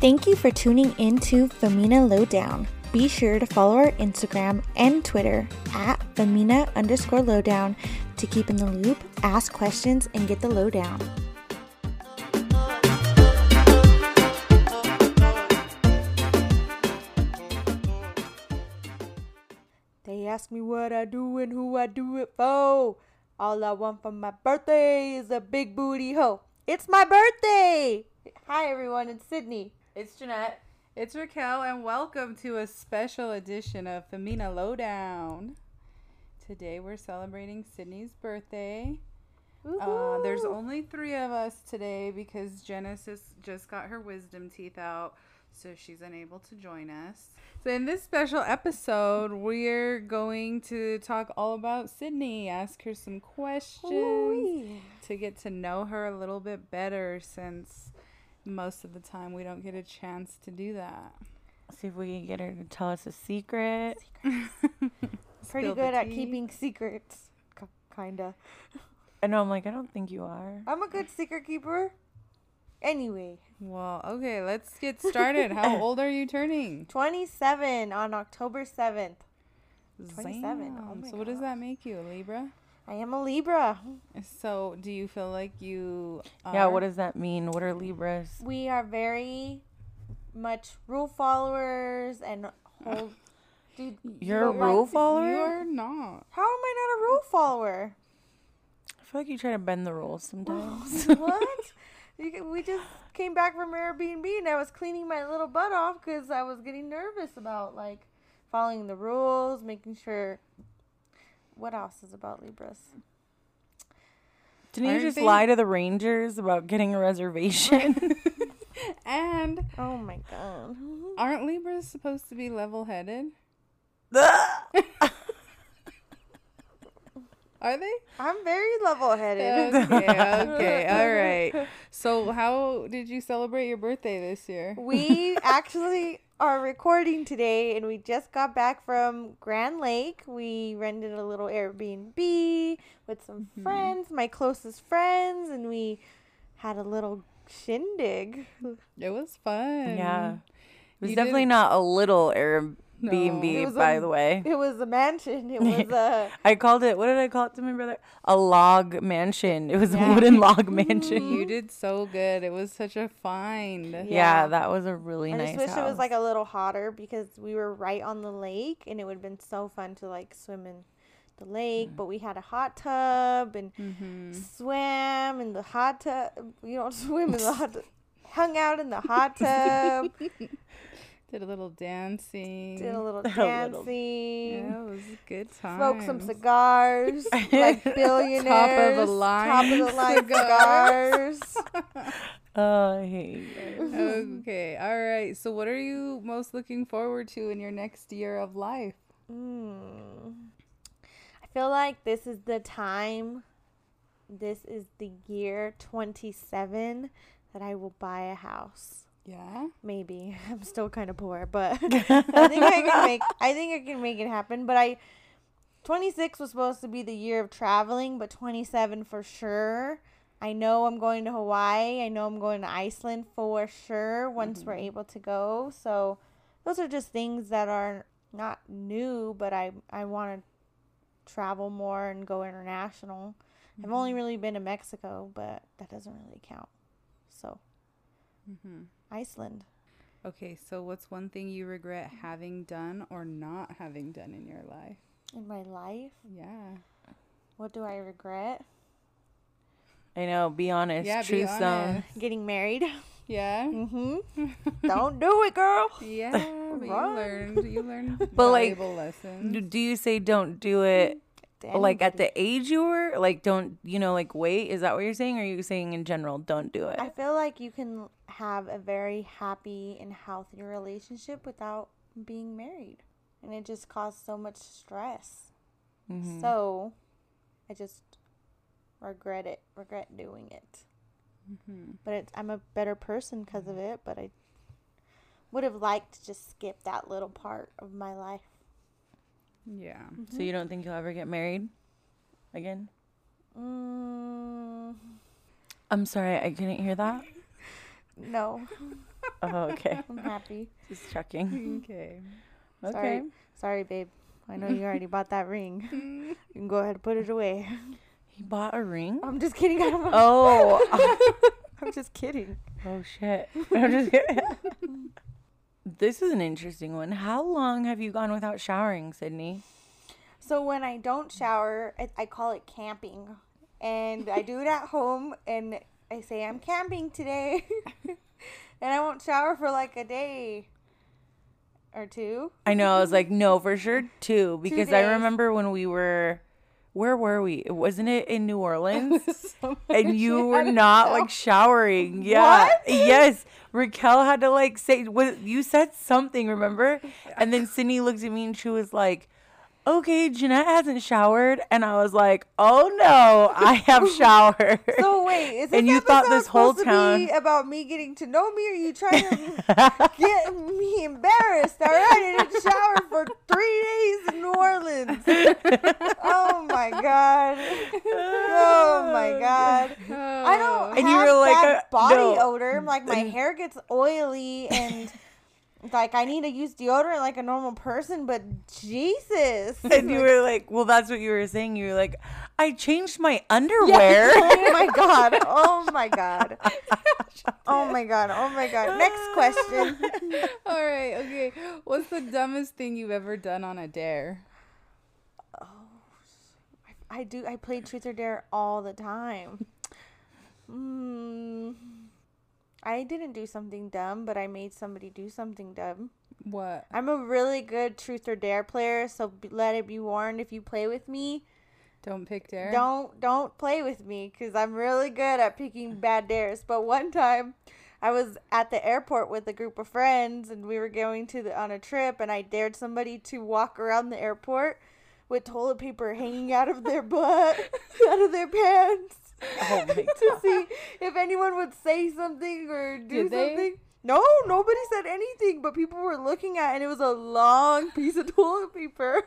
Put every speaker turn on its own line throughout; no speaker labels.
Thank you for tuning in to Femina Lowdown. Be sure to follow our Instagram and Twitter at Femina underscore lowdown to keep in the loop, ask questions, and get the lowdown.
They ask me what I do and who I do it for. All I want for my birthday is a big booty hoe. It's my birthday! Hi, everyone, it's Sydney.
It's Jeanette.
It's Raquel, and welcome to a special edition of Femina Lowdown. Today we're celebrating Sydney's birthday. Uh, there's
Woohoo!
only three of us today because Genesis just got her wisdom teeth out, so she's unable to join us. So, in this special episode, we're going to talk all about Sydney, ask her some questions
Ooh-wee.
to get to know her a little bit better since most of the time we don't get a chance to do that.
See if we can get her to tell us a secret.
Pretty
Spill the
good at
tea.
keeping secrets. K- kinda.
I know. I'm like, I don't think you are.
I'm a good secret keeper. Anyway,
Well, okay, let's get started. How old are you turning?
27 on October 7th. 27.
Zam.
Oh my
so, what does that make you, Libra?
I am a Libra.
So, do you feel like you? Are?
Yeah. What does that mean? What are Libras?
We are very much rule followers and hold. Dude,
You're a
don't like-
rule follower.
You're not.
How am I not a rule follower?
I feel like you try to bend the rules sometimes.
what? You, g- we just came back from Airbnb and I was cleaning my little butt off because I was getting nervous about like following the rules, making sure. What else is about Libras?
Didn't you
Aren't
just
they-
lie to the Rangers about getting a reservation?
And
Oh my god.
aren't Libras supposed to be level-headed? Are they?
I'm very level headed.
Okay. Okay. All right. So, how did you celebrate your birthday this year?
we actually are recording today and we just got back from Grand Lake. We rented a little Airbnb with some friends, my closest friends, and we had a little shindig.
It was fun.
yeah. It was
You
definitely
didn't-
not a little
No. It
Airbnb,
was
by
a-
the way.
It was a mansion. It was a
I called it, what did I call it to my brother? A log mansion. It was a wooden log mansion.
You did so good. It was such a find.
Yeah,
Mm-hmm. Yeah.
that was a really
I
nice
just wish it was
house.
like a little hotter because we were right on the lake and it would have been so fun to like swim in the lake. But we had a hot tub and swam in the hot tub. You don't swim in the hot tub. Hung out in the hot tub,
Did a little dancing.
did a little
A
dancing,
little-
Yeah, it was a good time.
smoked some cigars, like billionaires, top of the
line
line cigars.
oh, I hate you.
okay, all right. So, what are you most looking forward to in your next year of life?
Mm. I feel like this is the time, this is the year 27 that I will buy a house.
Yeah.
Maybe I'm still kind of poor, but I think I can make I think I can make it happen. But I, 26 was supposed to be the year of traveling, but 27 for sure. I know I'm going to Hawaii. I know I'm going to Iceland for sure once we're able to go. So those are just things that are not new, but I I want to travel more and go international. I've only really been to Mexico, but that doesn't really count. So Iceland.
Okay, so what's one thing you regret having done or not having done in your life?
In my life,
Yeah.
what do I regret?
I know, be honest.
yeah,
Truth zone.
honest.
Getting married.
Yeah.
Mm-hmm. Don't do it, girl.
Yeah, but you
Right.
learned you learned
But, like,
valuable lessons.
Do you say don't do it
To
like at
anybody.
the age you were? Like don't you know, like wait, is that what you're saying? Or are you saying in general, don't do it?
I feel like you can have a very happy and healthy relationship without being married, and it just caused so much stress. So, I just regret it. Regret doing it. But it's, I'm a better person because of it. But I would have liked to just skip that little part of my life.
yeah.
So you don't think you'll ever get married again?
Mm,
I'm sorry, I couldn't hear that.
no.
Oh, okay.
I'm happy.
Just checking.
Okay.
Okay.
Sorry. Sorry, babe. I know you already bought that ring. You can go ahead and put it away.
He bought a ring.
I'm just kidding. I don't know.
Oh.
I'm just kidding.
oh shit. I'm just kidding. this is an interesting one. How long have you gone without showering, Sydney?
So when I don't shower, I, I call it camping, and I do it at home, and I say I'm camping today, and I won't shower for like a day or two.
I know. I was like, no, for sure two, because I
days.
remember when we were. Where were we? Wasn't it in New Orleans? and you were not like showering. Yeah. Yes. Raquel had to like say what you said something, remember? And then Sydney looked at me and she was like, Okay, Jeanette hasn't showered. And I was like, Oh no, I have showered.
So wait, is this
And you thought
episode
this whole
supposed to be about me getting to know me? Or are you trying to get me embarrassed? All right, I didn't shower for three days in New Orleans. Oh my god! Oh my god!
Oh,
I don't
And you
have
were like,
bad
uh,
body
no.
odor. Like my hair gets oily and like I need to use deodorant like a normal person. But Jesus,
and you were like, Well, that's what you were saying. You were like, I changed my underwear.
oh my god! Oh my god! Oh my god! Oh my god! Next question.
All right. Okay. What's the dumbest thing you've ever done on a dare?
I do. I play truth or dare all the time. Mm, I didn't do something dumb, but I made somebody do something dumb.
What?
I'm a really good truth or dare player, so b- let it be warned if you play with me,
Don't pick dare.
don't don't play with me cuz I'm really good at picking bad dares. But one time I was at the airport with a group of friends and we were going to the, on a trip and I dared somebody to walk around the airport with toilet paper hanging out of their butt, out of their pants
Oh my
to see if anyone would say something or do
Did they?
something. No, nobody said anything, but people were looking at, it and it was a long piece of toilet paper.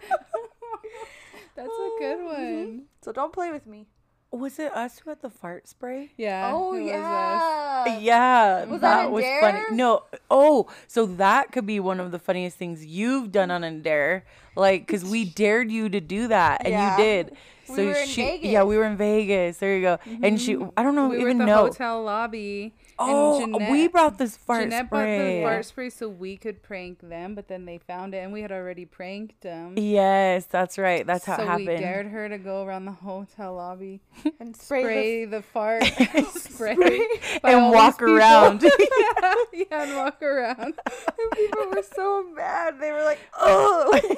That's a good one.
so don't play with me.
Was it us who had the fart spray?
Yeah.
oh
it was us. Uh,
yeah,
Yeah,
Was that
that,
a
was
dare?
funny. No, oh, so that could be one of the funniest things you've done on a dare, like because we dared you to do that and
Yeah.
you did.
We
So
were in
she, yeah,
Vegas.
we were in Vegas. There you go. And she, I don't know,
Mm-hmm. We were
even
at the
know.
hotel lobby.
Oh,
and
we
Jeanette-
brought this fart
Jeanette bought
spray.
the fart spray so we could prank them, but then they found it and we had already pranked them.
Yes, that's right. That's how
so
it happened.
we dared her to go around the hotel lobby,
and spray. the-
spray the fart spray, by all
and
these
walk
people.
around.
yeah, and walk around.
and people were so mad. They were like, "Oh,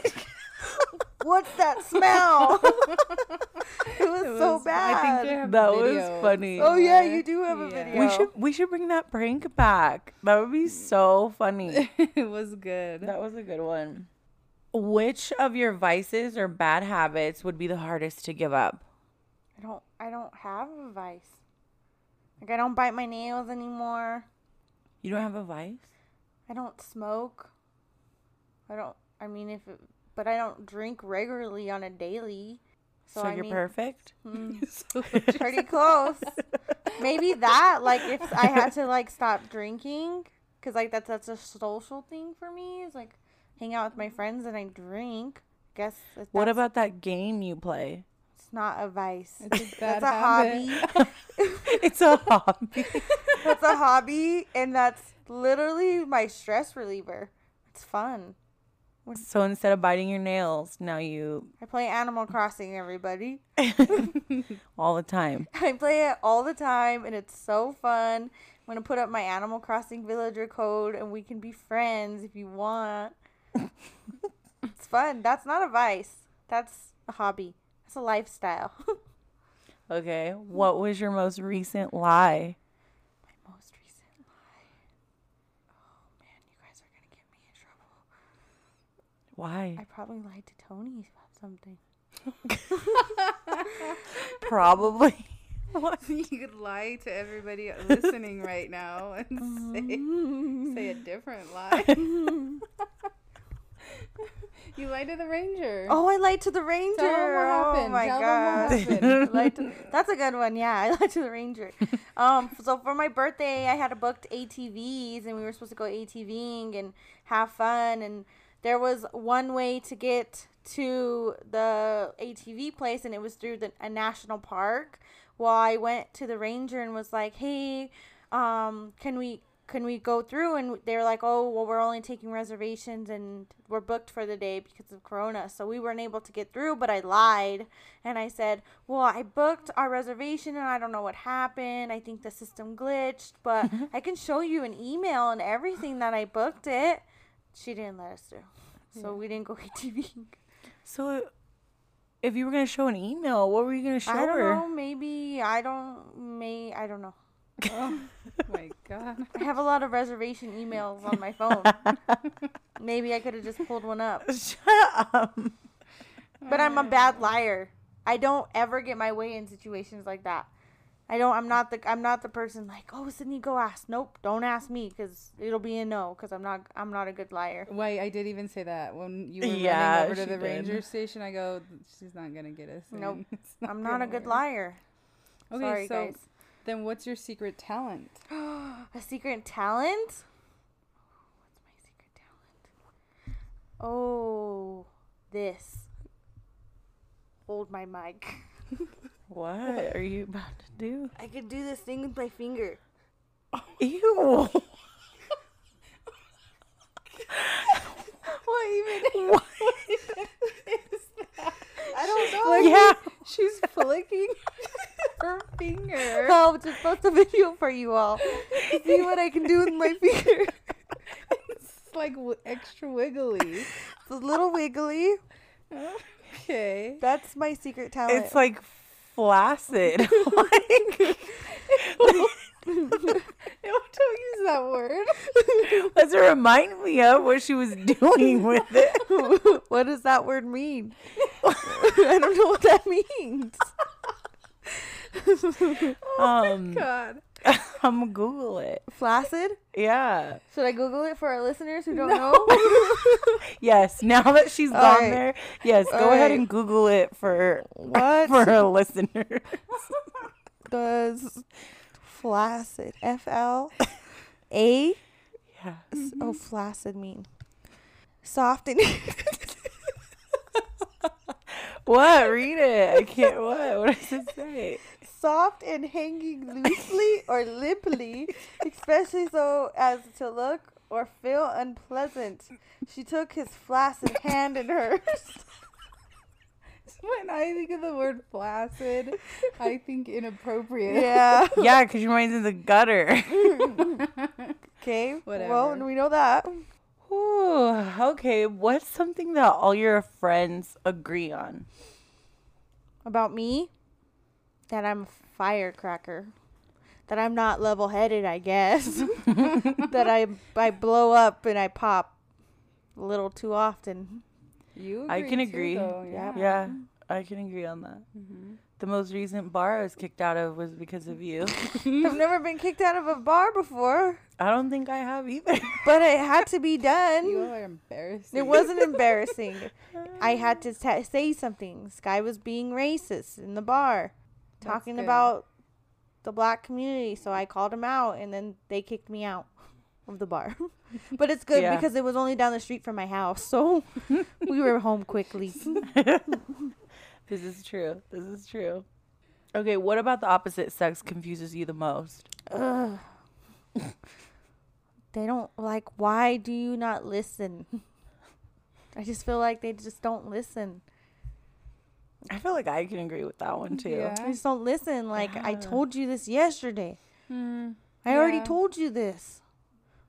what's that smell?" it was
It
so
was- I
bad.
think I have
that
video.
was funny.
oh yeah, you do have a
Yeah.
video.
we should we should bring that prank back. That would be so funny.
it was good.
Mm. That was a good one. Which of your vices or bad habits would be the hardest to give up?
I don't. I don't have a vice. Like I don't bite my nails anymore.
You don't have a vice?
I don't smoke. I don't. I mean, if it, but I don't drink regularly on a daily. So,
So, hmm.
I
you're
mean,
perfect?
So-
pretty close. Maybe that, like, if I had to like stop drinking, because like that's that's a social thing for me. Is like hang out with my friends and I drink. Guess that
What
that's-
about that game you play?
It's not a vice.
It's a bad
That's a
habit.
hobby.
it's a hobby.
That's a hobby, and that's literally my stress reliever. It's fun.
so instead of biting your nails, now you
I play Animal Crossing, everybody.
all the time.
I play it all the time, and it's so fun. I'm gonna put up my Animal Crossing villager code, and we can be friends if you want. it's fun. That's not a vice. That's a hobby. That's a lifestyle.
Okay. What was your most recent lie?
Most recent lie. Oh man, you guys are gonna get me in trouble. I
Why?
probably lied to Tony about something.
Probably.
you could lie to everybody listening right now
Mm-hmm.
and say, say a different lie. You lied to the ranger.
Oh, I lied to the ranger.
Tell 'em what
Oh
happened.
my
Tell 'em
god.
what happened.
Lied to- that's a good one. Yeah, I lied to the ranger. um, so for my birthday, I had a booked ATVs, and we were supposed to go ATVing and have fun. And there was one way to get to the ATV place, and it was through the, a national park. Well, I went to the ranger and was like, "Hey, um, can we?" Can we go through? And they were like, oh, well, we're only taking reservations and we're booked for the day because of Corona. So we weren't able to get through, but I lied and I said, "Well, I booked our reservation and I don't know what happened. I think the system glitched, but I can show you an email and everything that I booked it." She didn't let us through, so we didn't go ATV.
So, if you were gonna show an email, what were you gonna show
I don't
her?
know. Maybe I don't. May I don't know.
Oh, my god.
I have a lot of reservation emails on my phone. Maybe I could have just pulled one up.
Shut up.
But I'm a bad liar. I don't ever get my way in situations like that. I don't. I'm not the. I'm not the person like, oh, Sydney, go ask. Nope, don't ask me because it'll be a no. Because I'm not. I'm not a good liar.
Wait, I did even say that when you were
Yeah,
running over
she
to the
did.
ranger station. I go, she's not gonna get us. and
Nope.
it's
I'm not a
gonna
good
work."
liar.
Okay,
Sorry,
so
guys.
then what's your secret talent?
A secret talent. What's my secret talent? Oh, this. Hold my mic.
What are you about to do?
I could do this thing with my finger.
Ew.
What even?
What?
is that?
I don't know.
yeah.
She's flicking her finger.
I'll just post a video for you all. See what I can do with my finger.
It's like w- extra wiggly.
It's a little wiggly.
Okay.
That's my secret talent.
It's like flaccid. like,
No, don't use that word.
that's what remind me of what she was doing with it.
what does that word mean? I don't know what that means.
Um,
God.
I'm gonna Google it.
Flaccid?
Yeah.
Should I Google it for our listeners who don't know?
Yes. Now that she's
All
gone
right.
there, yes. Go
All
ahead
right.
and Google it for
What?
for her listeners.
Does flaccid F L A
Yeah.
oh flaccid mean? Soft and
What? Read it. I can't. What? What does it say?
soft and hanging loosely or limply, especially so as to look or feel unpleasant. She took his flaccid hand in hers.
When I think of the word flaccid, I think inappropriate.
Yeah.
Yeah, because your mind's in the gutter.
Okay. Well,
Whatever.
we know that.
Ooh, okay. What's something that all your friends agree on?
About me, that I'm a firecracker. That I'm not level headed, I guess. that I, I blow up and I pop a little too often.
You
I can
too,
agree.
though,
Yeah.
Yeah, Mm-hmm. I can agree on that. The most recent bar I was kicked out of was because of you.
Mm-hmm.
I've never been kicked out of a bar before,
I don't think I have either.
but it had to be done.
You are embarrassing.
It wasn't embarrassing. I had to ta say something. Sky was being racist in the bar,
That's
talking
good.
about the black community. So I called him out, and then they kicked me out of the bar. but it's good
Yeah.
because it was only down the street from my house, so we were home quickly.
this is true. This is true. Okay, what about the opposite sex confuses you the most?
Ugh. They don't like. Why do you not listen? I just feel like they just don't listen.
I feel like I can agree with that one too.
Yeah.
I just don't listen. Like I
Yeah.
told you this yesterday.
Mm.
I already
Yeah.
told you this.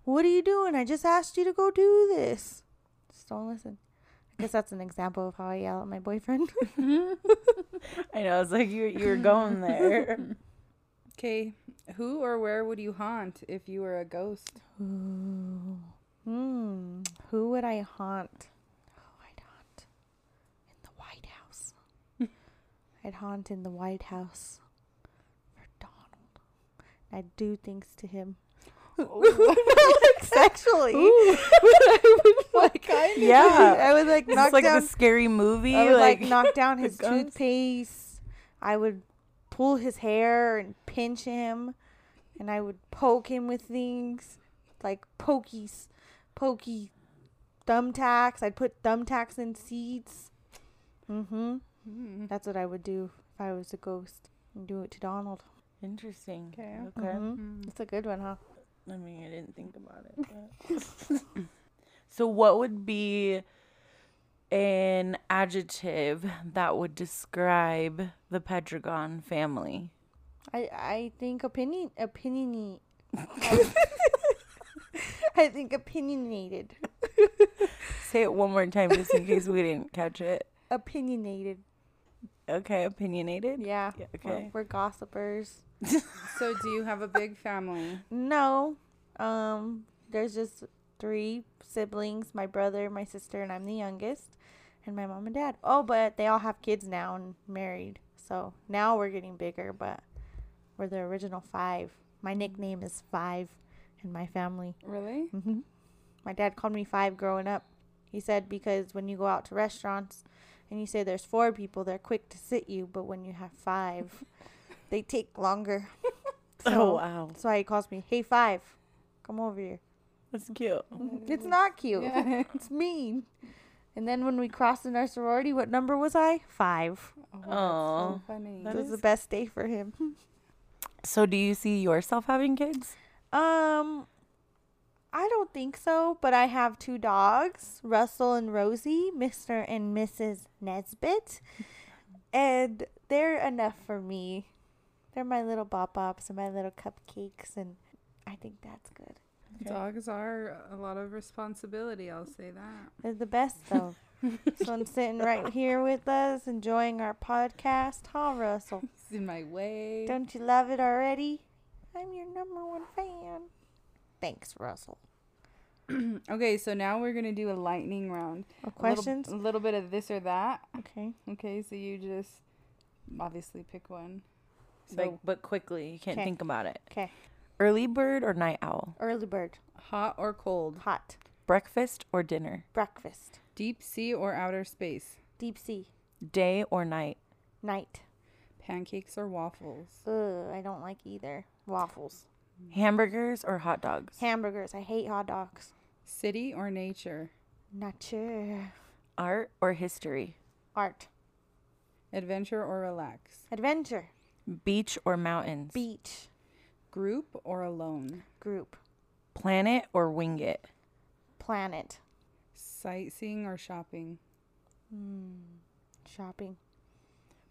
What are you doing? I just asked you to go do this. Just don't listen. I guess that's an example of how I yell at my boyfriend.
I know. It's like you you were going there.
Okay, who or where would you haunt if you were a ghost?
Ooh. Hmm. Who would I haunt? Oh, I'd haunt in the White House. I'd haunt in the White House for Donald. I'd do things to him.
Oh.
like sexually. I would like, kind
Yeah.
I would like
It's
knock
like
down.
the scary movie.
I would like,
like
knock down his
guns.
toothpaste. I would pull his hair and pinch him, and I would poke him with things like pokies, pokey thumbtacks. I'd put thumbtacks in seats. Mm-hmm.
Mm.
That's what I would do if I was a ghost. And do it to Donald.
Interesting.
Okay.
Okay.
Mhm.
Hmm.
It's a good one, huh?
I mean, I didn't think about it. but- so, what would be an adjective that would describe the Pedregon family?
I I think opinion opinion. I think opinionated.
Say it one more time just in case we didn't catch it.
Opinionated.
Okay, opinionated.
Yeah.
Yeah,
We're-
okay.
we're gossipers.
So, do you have a big family?
No. Um there's just three siblings, my brother, my sister, and I'm the youngest. And my mom and dad. Oh, but they all have kids now and married. So now we're getting bigger, but we're the original five. My nickname is Five in my family.
Really?
hmm My dad called me five growing up. He said because when you go out to restaurants and you say there's four people, they're quick to sit you, but when you have five, they take longer.
Oh,
So-
wow.
So he calls me, "Hey five, come over here."
That's cute.
It's not cute.
Yeah.
It's mean. And then when we crossed in our sorority, what number was I? Five.
Oh,
Aw.
that's so funny.
That
It was
is-
the best day for him.
So, do you see yourself having kids?
Um, I don't think so, but I have two dogs, Russell and Rosie, Mr. and Mrs. Nesbit, and they're enough for me. They're my little bop bops and my little cupcakes, and I think that's good.
Dogs are a lot of responsibility. I'll say that.
They're the best, though. so I'm sitting right here with us, enjoying our podcast. Huh, Russell?
It's in my way.
Don't you love it already? I'm your number one fan. Thanks, Russell.
okay, so now we're gonna do a lightning round.
Oh,
A little-
questions?
A little, bit of this or that.
Okay.
Okay, so you just obviously pick one. So
Like, but quickly. You can't
Okay.
think about it.
Okay.
Early bird or night owl?
Early bird.
hot or cold,
Hot.
Breakfast or dinner?
Breakfast.
deep sea or outer space,
Deep sea.
Day or night?
Night.
pancakes or waffles,
Ugh, I don't like either. Waffles.
Hamburgers or hot dogs?
Hamburgers. I hate hot dogs.
city or nature,
Not sure.
Art or history?
Art.
adventure or relax,
Adventure.
Beach or mountains?
Beach.
group or alone,
Group.
Planet or wing it?
Planet.
sightseeing or shopping,
Hmm. Shopping.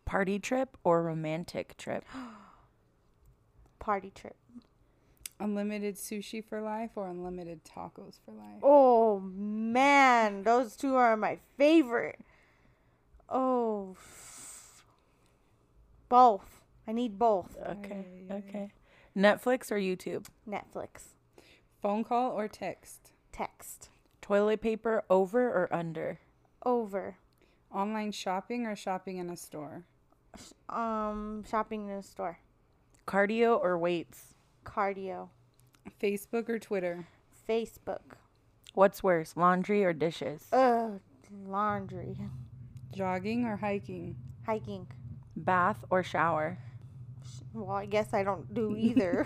Party trip or romantic trip?
Party trip.
unlimited sushi for life or unlimited tacos for life.
Oh, man. Those two are my favorite. Oh. f- Both. I need both.
Okay. Okay. Netflix or YouTube?
Netflix.
Phone call or text,
Text.
Toilet paper over or under?
Over.
online shopping or shopping in a store,
Um, shopping in a store.
Cardio or weights?
Cardio.
Facebook or Twitter,
Facebook.
What's worse, laundry or dishes?
Ugh, laundry.
jogging or hiking.
Hiking.
Bath or shower?
Sh- Well, I guess I don't do either.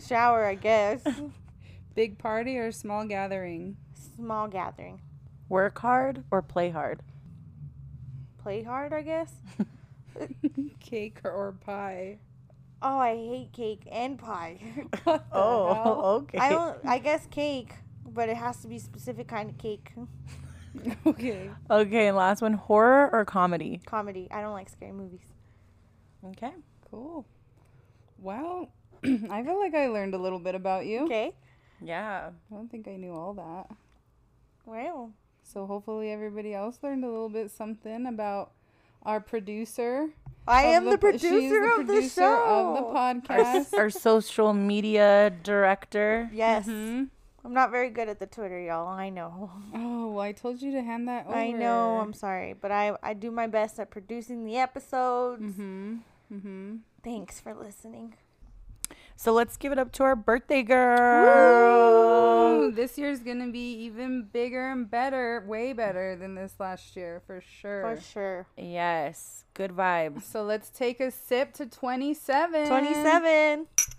Shower, I guess.
Big party or small gathering?
Small gathering.
Work hard or play hard?
Play hard, I guess.
Cake or pie?
Oh, I hate cake and pie.
Oh, okay.
I don't. I guess cake, but it has to be specific kind of cake.
okay.
okay, and last one, horror or comedy?
Comedy. I don't like scary movies.
Okay.
Cool. Well, I feel like I learned a little bit about you.
Okay.
Yeah.
I don't think I knew all that.
Well,
So hopefully everybody else learned a little bit something about our producer.
I
of
am the,
po- she's
producer of the
producer
show.
of the podcast.
Our social media director.
yes.
Mhm.
I'm not very good at the Twitter, y'all. I know.
Oh, well, I told you to hand that over.
I know. I'm sorry, but I I do my best at
Mm-hmm.
producing the episodes.
Mhm. Mhm.
Thanks for listening.
So let's give it up to our birthday girl.
Ooh, Oh, this year's gonna be even bigger and better, way better than this last year for sure.
For sure.
Yes, good vibes.
So let's take a sip to 27.
27.